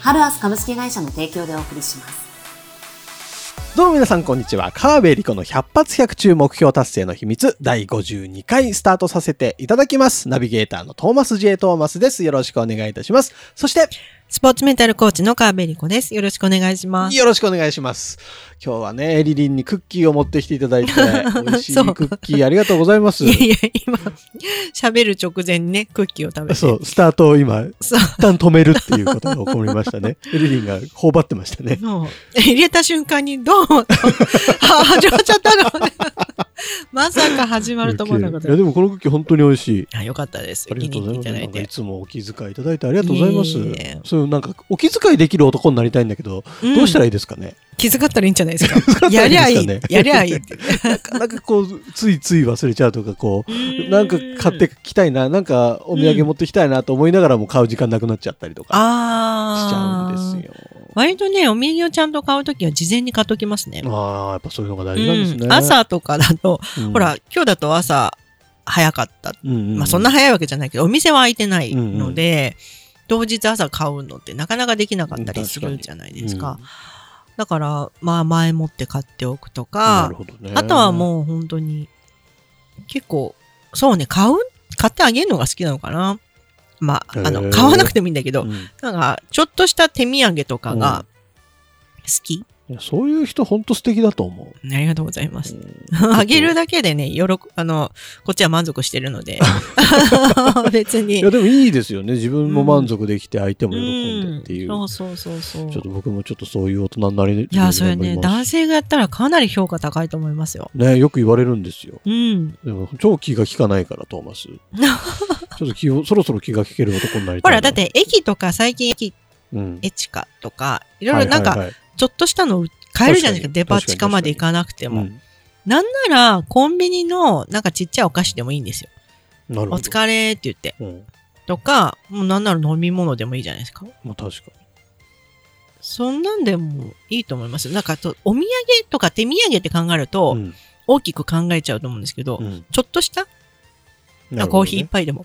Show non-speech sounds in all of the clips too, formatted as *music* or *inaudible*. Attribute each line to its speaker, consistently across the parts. Speaker 1: ハルアス株式会社の提供でお送りします
Speaker 2: どうも皆さん、こんにちは。川辺理子の百発百中目標達成の秘密、第52回スタートさせていただきます。ナビゲーターのトーマス J. トーマスです。よろしくお願いいたします。そして、
Speaker 3: スポーツメンタルコーチの川辺理子です。よろしくお願いします。
Speaker 2: よろしくお願いします。今日はね、エリリンにクッキーを持ってきていただいて、美味しい
Speaker 3: *laughs* そう
Speaker 2: クッキーありがとうございます
Speaker 3: い。やいや、今、喋る直前にね、クッキーを食べて。
Speaker 2: そう、スタートを今、
Speaker 3: そう。
Speaker 2: 一旦止めるっていうことが起こりました
Speaker 3: *laughs*
Speaker 2: ね。エリリンが頬張ってましたね。
Speaker 3: もう入れた瞬間に、どうも、とあ始まっちゃった
Speaker 2: *laughs*
Speaker 3: の。まさか始まると思わなかっ
Speaker 2: い
Speaker 3: た
Speaker 2: や、。でもこのクッキー本当に美味しい。
Speaker 3: あよかったです。
Speaker 2: あり
Speaker 3: 気
Speaker 2: がと
Speaker 3: に
Speaker 2: うご
Speaker 3: 入っ
Speaker 2: ざ
Speaker 3: て
Speaker 2: い
Speaker 3: い
Speaker 2: ます。なん
Speaker 3: ただい
Speaker 2: かい
Speaker 3: て。
Speaker 2: つもお気遣いいただいてありがとうございます。
Speaker 3: いえいえ
Speaker 2: そういうなんかお気遣いできる男になりたいんだけど、どうしたらいいですかね。
Speaker 3: うん気遣ったらいいんじゃないですか。
Speaker 2: 遣
Speaker 3: や
Speaker 2: ったらいいんですかね
Speaker 3: りゃいい。やりゃいいって。
Speaker 2: なかなかこうついつい忘れちゃうとかこう *laughs* なんか買ってきたいな、なんかお土産持ってきたいなと思いながらも買う時間なくなっちゃったりとかしちゃ
Speaker 3: あ
Speaker 2: う
Speaker 3: あ。
Speaker 2: んですよ。
Speaker 3: 割とね、お土産をちゃんと買うときは事前に買っときますね。
Speaker 2: ああやっぱそういうのが大事なんですね。
Speaker 3: うん、朝とかだと、
Speaker 2: うん
Speaker 3: ほ、ら、今日だと朝早かった
Speaker 2: うんうんうん
Speaker 3: まあそんな早いわけじゃないけど、お店は開いてないので、当日朝買うのってなかなかできなかったりするじゃないですか。だから、まあ前もって買っておくと
Speaker 2: な
Speaker 3: か
Speaker 2: る、ほどね。
Speaker 3: あとはもう本当に、結構、そうね、買う、買ってあげるのが好きなのかな。まあ、あ
Speaker 2: へ
Speaker 3: の、
Speaker 2: ー
Speaker 3: 買わなくてもいいんだけ
Speaker 2: う
Speaker 3: ど、
Speaker 2: ん、
Speaker 3: なんか、ちょっとした手土産とかが好き。
Speaker 2: いやそういう人本当素敵だと思う。
Speaker 3: ありがとうございます
Speaker 2: う。ん
Speaker 3: あげるだけでね、喜あの、こっちは満足してるので、別
Speaker 2: い
Speaker 3: に
Speaker 2: や。でもいいですよね自分も満足できて相手も喜んでっていう、
Speaker 3: うんそうそうそう
Speaker 2: ちょっ
Speaker 3: そう
Speaker 2: と僕もちょっとそういう大人になり
Speaker 3: いやそれね男
Speaker 2: 性
Speaker 3: 性がやったらかなり評価高いと思いますよ
Speaker 2: ねよく言われるんですよ
Speaker 3: うん
Speaker 2: でも超気が利かないからトーマスち
Speaker 3: *laughs*
Speaker 2: ょっと気をそろそろ気が利ける男になりたい
Speaker 3: ほ
Speaker 2: な
Speaker 3: らだっ、て駅とか最近駅
Speaker 2: うん、
Speaker 3: エチカとかいろいろな
Speaker 2: は
Speaker 3: ん
Speaker 2: い
Speaker 3: か
Speaker 2: はいはい
Speaker 3: ちょっとしたの買えるじゃない
Speaker 2: 確
Speaker 3: ですか
Speaker 2: かに
Speaker 3: デパ地下まで行かなくても、なんならコンビニのなんかちっちゃいお菓子でもいいんですよ
Speaker 2: うんなる
Speaker 3: お
Speaker 2: ほど
Speaker 3: 疲れって言って
Speaker 2: うん
Speaker 3: とかもうなんなら飲み物でもいいじゃないですか
Speaker 2: まあ、確か
Speaker 3: そんなんでもいいと思いますなんかとお土産とか手土産って考えると
Speaker 2: に、うん
Speaker 3: 大きく考えちゃうと思うんですけど、
Speaker 2: うん
Speaker 3: ちょっとした
Speaker 2: なるほどね
Speaker 3: コーヒー一杯でも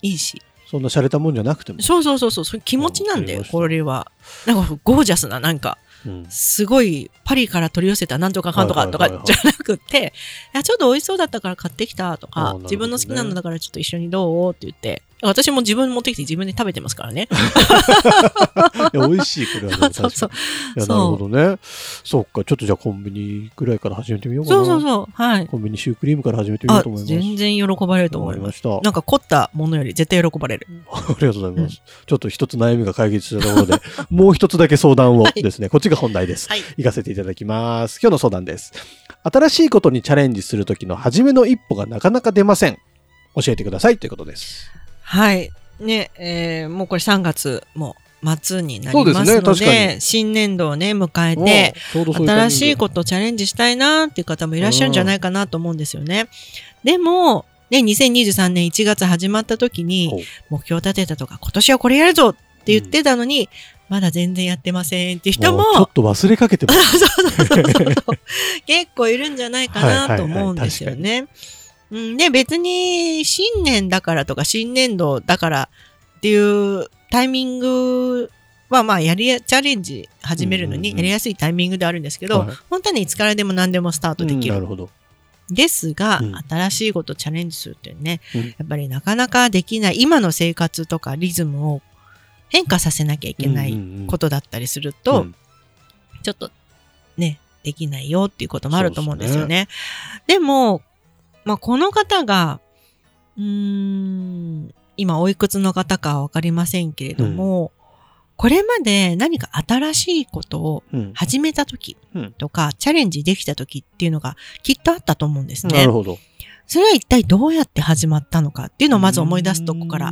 Speaker 3: いいし。
Speaker 2: そんな洒落たもんじゃなく
Speaker 3: *laughs*
Speaker 2: ても、
Speaker 3: そうそうそうそう、そういう気持ちなんだ
Speaker 2: わかり
Speaker 3: よ、
Speaker 2: ました
Speaker 3: これは。なんかゴージャスな、なんか、
Speaker 2: うん
Speaker 3: すごいパリから取り寄せたなんとかかんと
Speaker 2: は
Speaker 3: か
Speaker 2: い
Speaker 3: と
Speaker 2: はいはい
Speaker 3: か
Speaker 2: はい
Speaker 3: じゃなくて、いや、ちょっと美味しそうだったから買ってきたと
Speaker 2: あーな
Speaker 3: か
Speaker 2: るほ、どね
Speaker 3: 自分の好きなのだからちょっと一緒にどうって言って、私も自分持ってきて自分で食べてますからね。
Speaker 2: いや美味しいこれは、ね、確か
Speaker 3: *laughs* そ
Speaker 2: に
Speaker 3: うそ
Speaker 2: い
Speaker 3: う
Speaker 2: やなるほどねそっかちょっとじゃあコンビニぐらいから始めてみようかな
Speaker 3: そうそうそう、はい。
Speaker 2: コンビニシュークリームから始めてみよう
Speaker 3: あ
Speaker 2: と思い、ます
Speaker 3: 全然喜ばれると思い
Speaker 2: わかり
Speaker 3: ま。
Speaker 2: ますした
Speaker 3: なんか凝ったものより絶対喜ばれる。
Speaker 2: ありがとうございます。ちょっと一つ悩みが解決したところで、 *laughs* もう一つだけ相談をですね、こっちが本題です。
Speaker 3: はい。
Speaker 2: 行かせていただきます。今日の相談です。新しいことにチャレンジするときの初めの一歩がなかなか出ません。教えてくださいということです。
Speaker 3: はい。ね、えーもうこれ3月も末になりますの
Speaker 2: そうですね
Speaker 3: で、
Speaker 2: 確かに
Speaker 3: 新年度をね、迎え
Speaker 2: ね
Speaker 3: て、
Speaker 2: ちょうどそういう。
Speaker 3: 新しいこととチャレンジしたいなっていう方もいらっしゃるんじゃないかなと思うんですよね。でも、ね、2023年1月始まった時
Speaker 2: ほう
Speaker 3: に、目標立てたとか、今年はこれやるぞって言ってたのに、まだ全然やってませんっていう人も
Speaker 2: うちょっと忘れかけてます。
Speaker 3: そうそうそうそうそう。 *laughs* 結構いるんじゃないかなと思うんですよね。うん、で、別に新年だからとか新年度だからっていうタイミングはまあやりや、チャレンジ始めるの
Speaker 2: う
Speaker 3: に
Speaker 2: んうんうん
Speaker 3: やりやすいタイミングであるんですけど、
Speaker 2: はい
Speaker 3: 本当にいつからでも何でもスター
Speaker 2: う
Speaker 3: トで
Speaker 2: ん
Speaker 3: き
Speaker 2: な
Speaker 3: る。
Speaker 2: るほど。
Speaker 3: ですが、
Speaker 2: うん
Speaker 3: 新しいことチャレンジするってね、
Speaker 2: うん
Speaker 3: やっぱりなかなかできない、今の生活とかリズムを変化させなきゃいけな
Speaker 2: うん
Speaker 3: い
Speaker 2: うんうん
Speaker 3: ことだったりすると、
Speaker 2: うん
Speaker 3: ちょっとね、できないよっていうこともあると思うんですよね。でも、まあ、この方が、うーん、今おいくつの方かはわかりませんけれども、これまで何か新しいことを
Speaker 2: うん
Speaker 3: 始めた時
Speaker 2: うん
Speaker 3: とか、チャレンジできた時っていうのがきっとあったと思うんです
Speaker 2: な
Speaker 3: ね
Speaker 2: る。ほど。
Speaker 3: それは一体どうやって始まったのかっていうのをまず思い出すとこから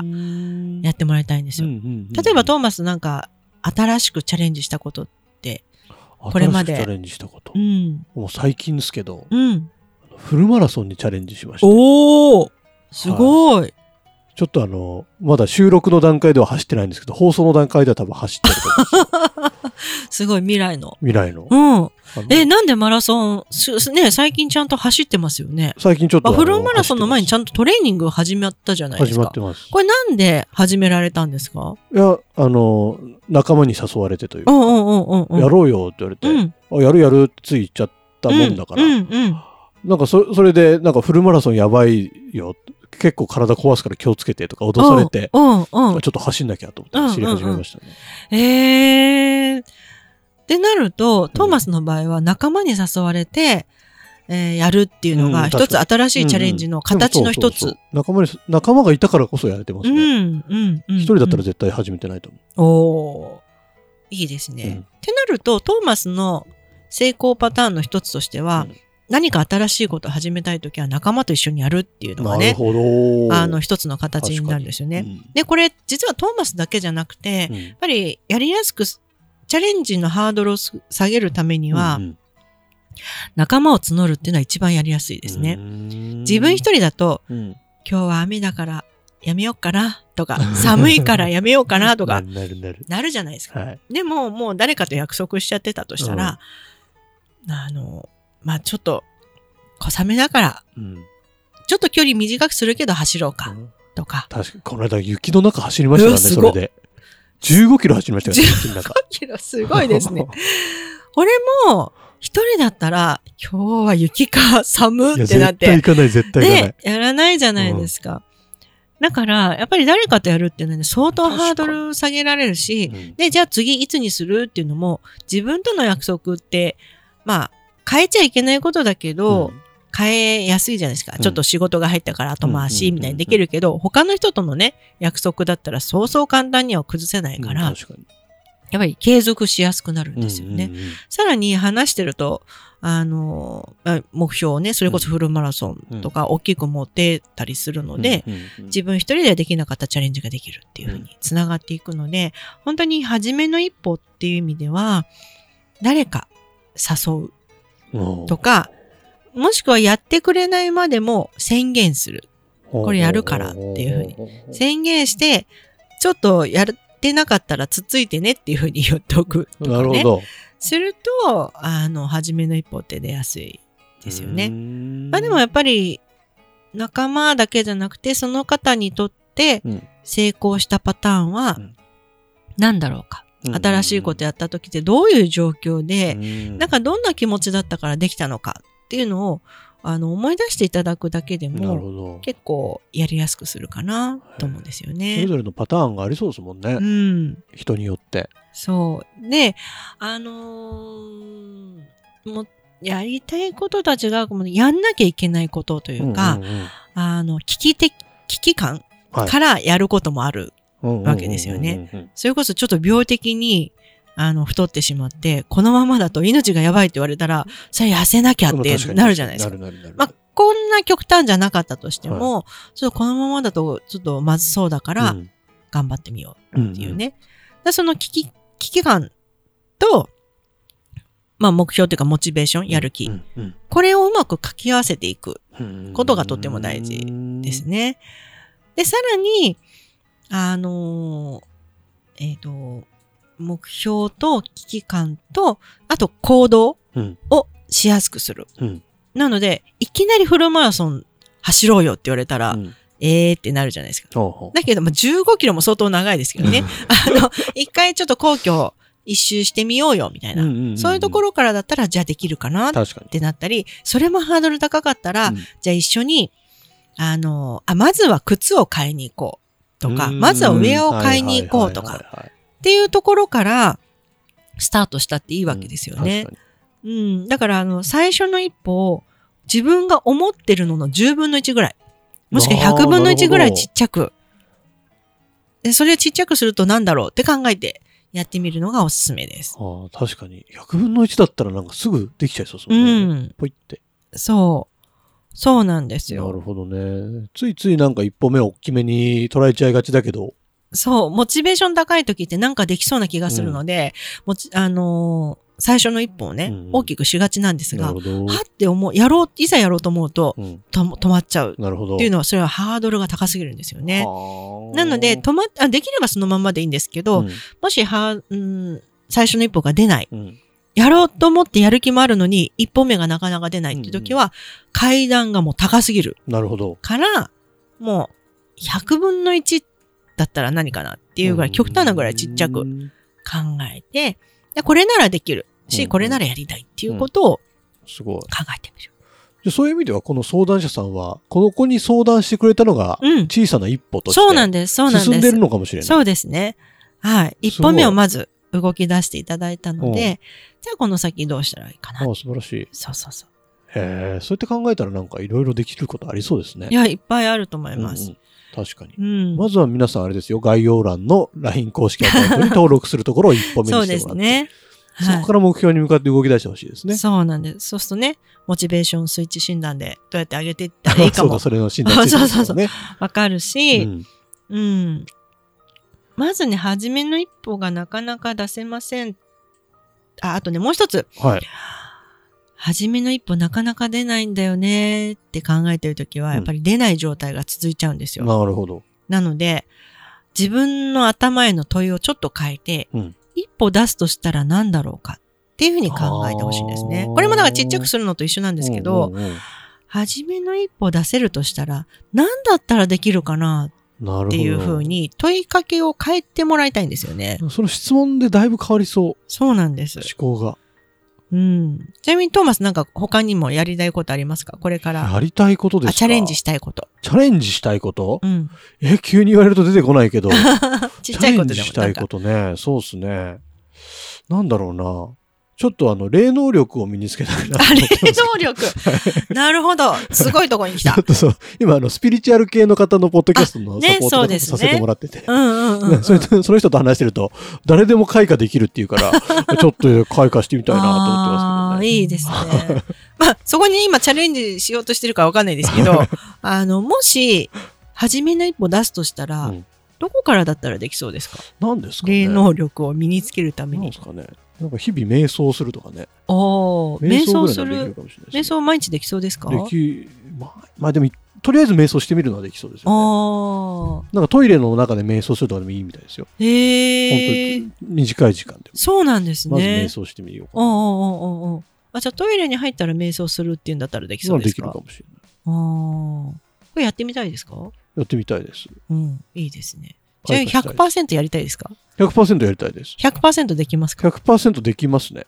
Speaker 3: やってもらいたいんですよ。
Speaker 2: うんうんうん
Speaker 3: 例えばトーマスなんか新しくチャレンジしたことっって、
Speaker 2: こ
Speaker 3: これまで
Speaker 2: チャレンジしたこと
Speaker 3: う。ん、
Speaker 2: もう最近ですけど、
Speaker 3: うん。
Speaker 2: フルマラソンにチャレンジしました。
Speaker 3: おおすごい、
Speaker 2: ちょっとあの、まだ収録の段階では走ってないんですけど、放送の段階では多分走ってると思うんですよ
Speaker 3: すごい未来の。
Speaker 2: 未来の。
Speaker 3: うん。
Speaker 2: あの
Speaker 3: え、なんでマラソン、すすね、最近ちゃんと走ってますよね。
Speaker 2: 最近ちょっと
Speaker 3: あ
Speaker 2: あの。
Speaker 3: フルマラソンの前にちゃ
Speaker 2: ん
Speaker 3: んとトレーニング始まったじゃないです
Speaker 2: 始
Speaker 3: か。
Speaker 2: まってます。
Speaker 3: これなんで始められたんですか
Speaker 2: いや、あの、仲間に誘われてという
Speaker 3: う
Speaker 2: か
Speaker 3: んうんうんうんうん。
Speaker 2: やろうよって言われて、
Speaker 3: うん。
Speaker 2: あやるやるつい言っちゃったもんだから、
Speaker 3: うんうん
Speaker 2: なんかそそれでなんかフルマラソンやばいよ結構体壊すから気をつけてとか脅されて、
Speaker 3: うんうんうん。
Speaker 2: ちょっと走んなきゃと思って
Speaker 3: うんうんうん
Speaker 2: 走り始めましたね、
Speaker 3: えー。ってなると、トーマスの場合は仲間に誘われて、えーやるっていうの
Speaker 2: う
Speaker 3: が
Speaker 2: ん
Speaker 3: 一
Speaker 2: 確
Speaker 3: つ
Speaker 2: かに
Speaker 3: 新しいチャレンジの形の一
Speaker 2: でもそうそう
Speaker 3: つ。
Speaker 2: そう仲間に仲間がいたからこそやれてます
Speaker 3: う
Speaker 2: ね、
Speaker 3: んうんうん。
Speaker 2: 一人だったら絶対始めてないと思
Speaker 3: おーいいですね。
Speaker 2: うん
Speaker 3: ってなると、トーマスの成功パターンの一つとしては、
Speaker 2: うん
Speaker 3: 何か新しいことを始めたいときは仲間と一緒にやるっていう
Speaker 2: う、
Speaker 3: のが
Speaker 2: なる
Speaker 3: ね、
Speaker 2: ほど
Speaker 3: あの一つの形になるんですよね。で、これ実はトーマスだけじゃなくて、やっぱりやりやすくす、チャレンジのハードルをす下げるためには、仲間を募るっていうのは一番やりやすいですね。自分一人だと、
Speaker 2: 人
Speaker 3: 今日は雨だからやめようかな
Speaker 2: *laughs*
Speaker 3: とか、寒いからやめようかなとか、
Speaker 2: なるなる
Speaker 3: なるじゃないですか。
Speaker 2: はい
Speaker 3: でも、もう誰かと約束しちゃってたとしたら、あの、まあちょっと、小雨だから、
Speaker 2: うん
Speaker 3: ちょっと距離短くするけど走ろうか、とか。
Speaker 2: 確かにこの間雪の中走りましたからね
Speaker 3: うわす
Speaker 2: そ
Speaker 3: ご
Speaker 2: れ
Speaker 3: っ
Speaker 2: で15キロ走りましたよね雪の中
Speaker 3: キロすごいで
Speaker 2: *laughs*
Speaker 3: すね。 *laughs* 俺も、一人だったら、今日は雪か、寒
Speaker 2: いや
Speaker 3: ってなっ
Speaker 2: 絶対行
Speaker 3: て、
Speaker 2: かない絶対行かない
Speaker 3: で、やらないじゃないですか。だから、やっぱり誰かとやるっていうのはね、相当ハードル下げられるし、
Speaker 2: うん
Speaker 3: で、じゃあ次いつにするっていうのも、自分との約束って、まあ、変えちゃいけないことだけど、変えやすいじゃないですか。
Speaker 2: うん
Speaker 3: ちょっと仕事が入ったから後回
Speaker 2: うんう
Speaker 3: し、
Speaker 2: んうんうん
Speaker 3: みたいにできるけど、他の人とのね、約束だったらそうそう簡単には崩せな
Speaker 2: う
Speaker 3: い
Speaker 2: ん
Speaker 3: から、
Speaker 2: うん確か
Speaker 3: やっぱり継続しやすくなるん
Speaker 2: に
Speaker 3: ですよね。
Speaker 2: うんうんうん
Speaker 3: さらに話してると、あの、あ目標をね、それこそフルマラソンとか大きく持ってたりするので、
Speaker 2: うんうんうん
Speaker 3: 自分一人ではできなかったチャレンジができるっていうふうにつながっていくので、本当に初めの一歩っていう意味では、誰か誘う
Speaker 2: うん
Speaker 3: とか、もしくはやってくれないまでも宣言する。これやるからっていう
Speaker 2: ふうに
Speaker 3: 宣言して、ちょっとやってなかったらつっついてねっていうふうに言っておくとか、ね。
Speaker 2: なるほど。
Speaker 3: すると、あの、初めの一歩って出やすいですよね。ま
Speaker 2: ま
Speaker 3: あでもやっぱり、仲間だけじゃなくて、その方にとって
Speaker 2: うん
Speaker 3: 成功したパターンは
Speaker 2: うん、
Speaker 3: 何だろうか。新しいことやった時ってどういう状況で、なんかどんな気持ちだったからできたのかっていうのを、あの、思い出していただくだけで
Speaker 2: なる
Speaker 3: も、
Speaker 2: ほど。
Speaker 3: 結構やりやすくするかなと思うんですよ
Speaker 2: それ
Speaker 3: ね。
Speaker 2: ぞれのパターンがありそうですもんね
Speaker 3: う。ん。
Speaker 2: 人によって。
Speaker 3: そう。で、あのーもう、やりたいこととは違うかも、やんなきゃいけないことというか、
Speaker 2: うんうんうん
Speaker 3: あの、危機的、危機感
Speaker 2: はい
Speaker 3: からやることもある。わけですよね。
Speaker 2: うんうんうんうん
Speaker 3: それこそちょっと病的に、あの、太ってしまって、このままだと命がやばいって言われたら、それ痩せなきゃっ
Speaker 2: うん
Speaker 3: て
Speaker 2: 確に
Speaker 3: なるじゃないですか。
Speaker 2: なるなるな
Speaker 3: ま
Speaker 2: る
Speaker 3: あ、こんな極端じゃなかったとしても、ちょっとこのままだと、ちょっとまずそうだから、
Speaker 2: うん
Speaker 3: 頑張ってみよう。っていう。
Speaker 2: ん
Speaker 3: ね。でその危機、危機感と、まあ目標というかモチベーション、やる気。
Speaker 2: うんうん
Speaker 3: これをうまく掛け合わせていく
Speaker 2: うん
Speaker 3: ことがとても大事ですね。で、さらに、あのーえっ、と、目標と危機感と、あと行動
Speaker 2: うん
Speaker 3: をしやすくする。
Speaker 2: うん
Speaker 3: なので、いきなりフルマラソン走ろうよって言われたら、
Speaker 2: うん
Speaker 3: えーってなるじゃないですか。
Speaker 2: ほうほう
Speaker 3: だけども、15キロも相当長いですけどね。あの、一回ちょっと皇居一周してみようよ、みたいな。
Speaker 2: うんうんうんうん
Speaker 3: そういうところからだったら、じゃあできるかなっ
Speaker 2: 確かに。
Speaker 3: てなったり、それもハードル高かったら、
Speaker 2: うん
Speaker 3: じゃあ一緒に、あの、あ、まずは靴を買いに行こうとか、
Speaker 2: うん
Speaker 3: まずはウェアを買いに行こうと。
Speaker 2: はい
Speaker 3: か、
Speaker 2: はいはいはい
Speaker 3: っていうところから、スタートしたっていいわけですよね。
Speaker 2: 確か
Speaker 3: うん。だから、あの、最初の一歩を、自分が思ってるのの10分の1ぐらい。もしくは
Speaker 2: あー
Speaker 3: 100分の
Speaker 2: なるほど
Speaker 3: 1ぐらいちっちゃく。で、それをちっちゃくすると何だろうって考えてやってみるのがおすすめです。
Speaker 2: にああ確かに。100分の1だったらなんかすぐできちゃいそうです
Speaker 3: う
Speaker 2: もんね。
Speaker 3: ん。
Speaker 2: ポイって。
Speaker 3: そう。そうなんです
Speaker 2: な
Speaker 3: よ。
Speaker 2: るほどね。ついついなんか一歩目を大きめに捉えちゃいがちだけど、
Speaker 3: そう。モチベーション高い時ってなんかできそうな気がするので、もち、あのー最初の一歩をね、
Speaker 2: うん
Speaker 3: 大きくしがちなんです
Speaker 2: な
Speaker 3: が、
Speaker 2: る
Speaker 3: は
Speaker 2: ほど。
Speaker 3: って思う、やろう、いざやろうと思うと、
Speaker 2: うん
Speaker 3: とも止まっちゃう
Speaker 2: なるほど。
Speaker 3: っていうのは、それはハードルが高すぎるんですよね。
Speaker 2: はあ
Speaker 3: なので、止まっあ、できればそのまんまでいいんですけど、
Speaker 2: うん
Speaker 3: もし、は、うん、最初の一歩が出ない。
Speaker 2: うん
Speaker 3: やろうと思ってやる気もあるのに、一歩目がなかなか出ないっていう時は、階段がもう高すぎる
Speaker 2: なるほど。
Speaker 3: から、もう、100分の1だったら何かなっていうぐらい、極端なぐらいちっちゃく
Speaker 2: う
Speaker 3: 考
Speaker 2: ん
Speaker 3: えて、でこれならできる
Speaker 2: う
Speaker 3: し、
Speaker 2: ん
Speaker 3: これならやりたいっていうことを
Speaker 2: すごい。
Speaker 3: 考えてみる。
Speaker 2: じゃあそういう意味では、この相談者さんは、この子に相談してくれたのが、
Speaker 3: うん。
Speaker 2: 小さな一歩として、
Speaker 3: そうなんです、そうなん
Speaker 2: 進んで
Speaker 3: で
Speaker 2: る
Speaker 3: す。
Speaker 2: のかもしれない。
Speaker 3: そうですね。はい。一歩目をまず動き出していただいたので、じゃあこの先どうしたらいいかな
Speaker 2: あ。あ素晴らしい。
Speaker 3: そうそうそう。
Speaker 2: へえ、そうやって考えたらなんかいろいろできることありそうですね。
Speaker 3: いや、いっぱいあると思い
Speaker 2: うんうん
Speaker 3: ます。
Speaker 2: 確かに。
Speaker 3: うん。
Speaker 2: まずは皆さんあれですよ、概要欄の LINE 公式アカウントに登録するところを一歩目
Speaker 3: そ
Speaker 2: に
Speaker 3: う
Speaker 2: して
Speaker 3: で
Speaker 2: も
Speaker 3: す
Speaker 2: らって、
Speaker 3: ね。
Speaker 2: そ
Speaker 3: はい
Speaker 2: こから目標に向かって動き出してほしいですね。
Speaker 3: そうなんです。そうするとね、モチベーションスイッチ診断でどうやって上げていったらいいか
Speaker 2: *laughs* そうだ、
Speaker 3: も
Speaker 2: それの診断ついて
Speaker 3: *laughs*
Speaker 2: ますからね。
Speaker 3: わかる
Speaker 2: う
Speaker 3: し、
Speaker 2: ん
Speaker 3: うん、まずね、初めの一歩がなかなか出せません。あ、あとね、もう一つ。
Speaker 2: はい。
Speaker 3: 初めの一歩なかなか出ないんだよねって考えてるとき
Speaker 2: う
Speaker 3: は、
Speaker 2: ん
Speaker 3: やっぱり出ない状態が続いちゃうんですよ。
Speaker 2: なるほど。
Speaker 3: なので、自分の頭への問いをちょっと変えて、
Speaker 2: うん
Speaker 3: 一歩出すとしたら何だろうかっていうふうに考えてほしいんですね
Speaker 2: あ。ー
Speaker 3: これもだからちっちゃくするのと一緒なんですけど、
Speaker 2: うんうんうん
Speaker 3: 初めの一歩出せるとしたら、何だったらできるかな
Speaker 2: なるほど。
Speaker 3: っていうふうに問いかけを変えてもらいたいんですよね。
Speaker 2: その質問でだいぶ変わりそう。
Speaker 3: そうなんです
Speaker 2: 思。考が。
Speaker 3: うん。ちなみにトーマスなんか他にもやりたいことありますかこれから。
Speaker 2: やりたいことですか
Speaker 3: あチャレンジしたいこと。
Speaker 2: チャレンジしたいこと、
Speaker 3: うん。
Speaker 2: え、急に言われると出てこない
Speaker 3: *laughs*
Speaker 2: けど。
Speaker 3: ちっちゃいことで
Speaker 2: チャレンジ
Speaker 3: も
Speaker 2: した
Speaker 3: ないんか
Speaker 2: こ。とね。そうですね。なんだろうな。ちょっとあの、霊能力を身につけたいなと
Speaker 3: あ
Speaker 2: 思
Speaker 3: れ
Speaker 2: ってます。
Speaker 3: 能力。
Speaker 2: *laughs*
Speaker 3: なるほど。すごいとこに来た
Speaker 2: ちょっ。とそう、今あの、スピリチュアル系の方のポッドキャストの
Speaker 3: あ
Speaker 2: サ
Speaker 3: ね
Speaker 2: ポー
Speaker 3: そ
Speaker 2: ト
Speaker 3: う
Speaker 2: とか
Speaker 3: です
Speaker 2: さ
Speaker 3: ね
Speaker 2: せてもらってて。
Speaker 3: うんうんうん。
Speaker 2: それとその人と話してると、誰でも開花できるっていうから、ちょっと開花してみたいなと思ってますけど
Speaker 3: あー
Speaker 2: ね。
Speaker 3: いいで
Speaker 2: *laughs*
Speaker 3: すね。まあ、そこに今チャレンジしようとしてるかわかんないですけ
Speaker 2: *laughs*
Speaker 3: ど、あの、もし、初めの一歩出すとしたら、
Speaker 2: うん
Speaker 3: どこからだったらできそうですか
Speaker 2: 何ですかね。
Speaker 3: 霊能力を身につけるた
Speaker 2: な
Speaker 3: め
Speaker 2: んで
Speaker 3: に。
Speaker 2: すかね。なんか日々瞑想するとかね。
Speaker 3: おお
Speaker 2: 瞑
Speaker 3: 瞑
Speaker 2: 想ぐ
Speaker 3: 想
Speaker 2: ら
Speaker 3: す
Speaker 2: いならできる
Speaker 3: る。
Speaker 2: かもしれない
Speaker 3: 瞑
Speaker 2: ですね
Speaker 3: 想毎日できそうですか
Speaker 2: でき、まあ、まあでも、とりあえず瞑想してみるのはできそうですよね。
Speaker 3: おー
Speaker 2: なんかトイレの中で瞑想するとかでもいいみたいですよ。
Speaker 3: へえ
Speaker 2: 本当に短い時間でも。
Speaker 3: そうなんです
Speaker 2: まず瞑
Speaker 3: ね。
Speaker 2: 想してみようか
Speaker 3: おう
Speaker 2: な。
Speaker 3: おうおうおうおうあ、じゃあトイレに入ったら瞑想するっていうんだったらできそ
Speaker 2: ま
Speaker 3: う
Speaker 2: あ
Speaker 3: で
Speaker 2: ですき
Speaker 3: か
Speaker 2: るかもしれない。
Speaker 3: あーこれやってみたいですか
Speaker 2: やってみたいです。
Speaker 3: うん、いいですね。じゃあ
Speaker 2: 開花したいです
Speaker 3: 100%やりたいですか
Speaker 2: 100%やりたいです。
Speaker 3: 100%できますか、
Speaker 2: 100%できますね。
Speaker 3: う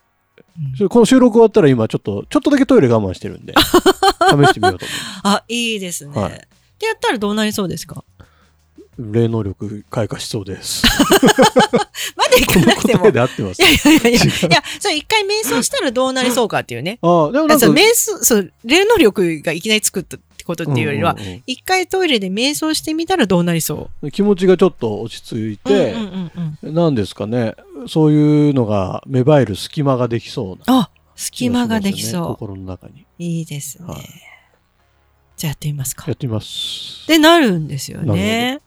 Speaker 3: ん
Speaker 2: それこの収録終わったら今ちょっと、ちょっとだけトイレ我慢して
Speaker 3: *laughs*
Speaker 2: るんで、試してみようと思
Speaker 3: あ、いいですね。
Speaker 2: はい
Speaker 3: でやったらどうなりそうですか
Speaker 2: う。霊能力開花しそう
Speaker 3: *laughs*
Speaker 2: です。
Speaker 3: まだい
Speaker 2: こ
Speaker 3: か
Speaker 2: の
Speaker 3: なくても。
Speaker 2: 答え
Speaker 3: い
Speaker 2: で合ってます
Speaker 3: や。いやいやいや、
Speaker 2: 違
Speaker 3: いうや、それ一回瞑想したらどうなりそうかっていうね。
Speaker 2: ああ、でもなん
Speaker 3: あ
Speaker 2: か
Speaker 3: そう、瞑想、そう、霊能力がいきなりつくってことっていうよりは、
Speaker 2: んん
Speaker 3: 一回トイレで瞑想してみたらどうなりそ。
Speaker 2: うん気持ちがちょっと落ち着いうて、
Speaker 3: うんうんうんうん、
Speaker 2: なんですかね、そういうのが芽生える隙間ができそうな。
Speaker 3: あ、隙間ができそう。
Speaker 2: 心の中に。
Speaker 3: いいですね。
Speaker 2: はい
Speaker 3: じゃあやってみますか
Speaker 2: やっ。てみます。
Speaker 3: で、なるんですよね。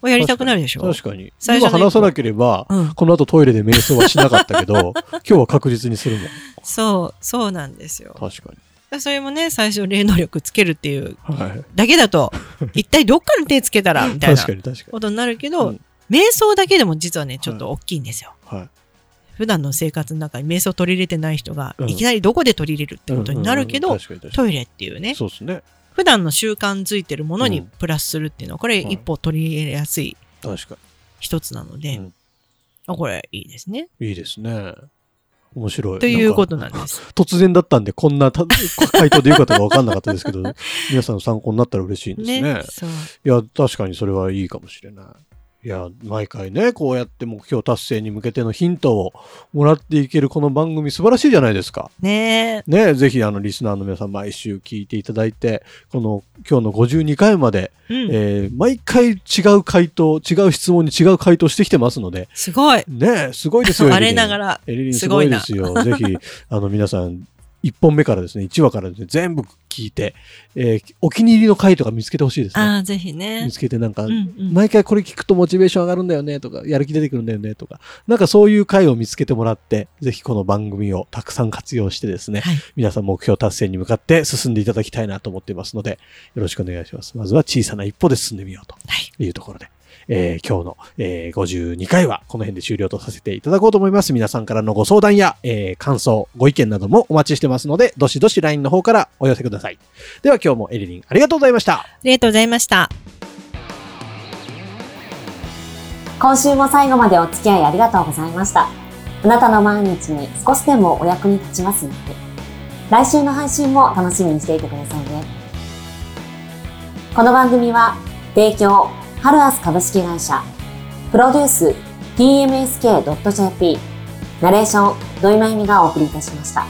Speaker 3: これやりたくなるでしょ
Speaker 2: 確かに。
Speaker 3: 最
Speaker 2: 今
Speaker 3: 初の一歩
Speaker 2: 話さなければ、
Speaker 3: うん、
Speaker 2: この後トイレで瞑想はしなかったけ
Speaker 3: *laughs*
Speaker 2: ど、今日は確実にするもん。
Speaker 3: そう、そうなんですよ。
Speaker 2: 確かに。
Speaker 3: それもね、最初、霊能力つけるっていう
Speaker 2: はい。
Speaker 3: だけ
Speaker 2: *laughs*
Speaker 3: だと、一体どっから手つけたら、みたいな
Speaker 2: 確かに確か
Speaker 3: ことになるけど、
Speaker 2: うん
Speaker 3: 瞑想だけでも実はね、ちょっと大きいんですよ。
Speaker 2: に。はい。
Speaker 3: 普段の生活の中に瞑想取り入れてない人が、
Speaker 2: うん
Speaker 3: いきなりどこで取り入れるってことになるけど、
Speaker 2: うんうんうん確かに確か
Speaker 3: トイレっていうね
Speaker 2: に。、そうですね。
Speaker 3: 普段の習慣づいてるものに
Speaker 2: うん
Speaker 3: プラスするっていうのは、これ
Speaker 2: はい
Speaker 3: 一歩取り入れやすい
Speaker 2: 確か
Speaker 3: 一つなので、
Speaker 2: うん
Speaker 3: あこれいいですね。
Speaker 2: に。いいですね。面白い。
Speaker 3: ということ
Speaker 2: な
Speaker 3: なんです。
Speaker 2: んか突然だったんで、こんなた *laughs* 回答でよかったか分かんなかったですけ
Speaker 3: *laughs*
Speaker 2: ど、皆さんの参考になったら嬉しいですね
Speaker 3: ね。そう。
Speaker 2: いや、確かにそれはいいかもしれない。いや、毎回ね、こうやって目標達成に向けてのヒントをもらっていけるこの番組素晴らしいじゃないですか。
Speaker 3: ねえ。
Speaker 2: ね、ぜひあのリスナーの皆さん毎週聞いていただいて、この今日の52回まで、
Speaker 3: うん。
Speaker 2: えー毎回違う回答、違う質問に違う回答してきてますので、
Speaker 3: すごい。
Speaker 2: ね、すごいですよ。
Speaker 3: 我なが
Speaker 2: ら。
Speaker 3: ら。
Speaker 2: *laughs* エリリンすごいですよ。ぜひ、あの皆さん、 1本目からですね、1話からですね、全部聞いて、えーお気に入りの回とか見つけてほしいですね。
Speaker 3: ああ、ぜひね
Speaker 2: 見。つけてなんか、
Speaker 3: うんうん。
Speaker 2: 毎回これ聞くとモチベーション上がるんだよねとか、やる気出てくるんだよねとか、なんかそういう回を見つけてもらって、ぜひこの番組をたくさん活用してですね、
Speaker 3: はい。
Speaker 2: 皆さん目標達成に向かって進んでいただきたいなと思っていますので、よろしくお願いします。まずは小さな一歩で進んでみようと
Speaker 3: はい。
Speaker 2: いうところで、えー今日の、えー52回はこの辺で終了とさせていただこうと思います。皆さんからのご相談や、えー感想、ご意見などもお待ちしてますので、どしどし LINE の方からお寄せください。では今日もエリリンありがとうございました。
Speaker 3: ありがとうございました。
Speaker 1: 今週も最後までお付き合いありがとうございました。あなたの毎日に少しでもお役に立ちますように。来週の配信も楽しみにしていてくださいね。この番組は、提供、ハルアス株式会社、プロデュース、tmsk.jp、ナレーション、土井まゆみがお送りいたしました。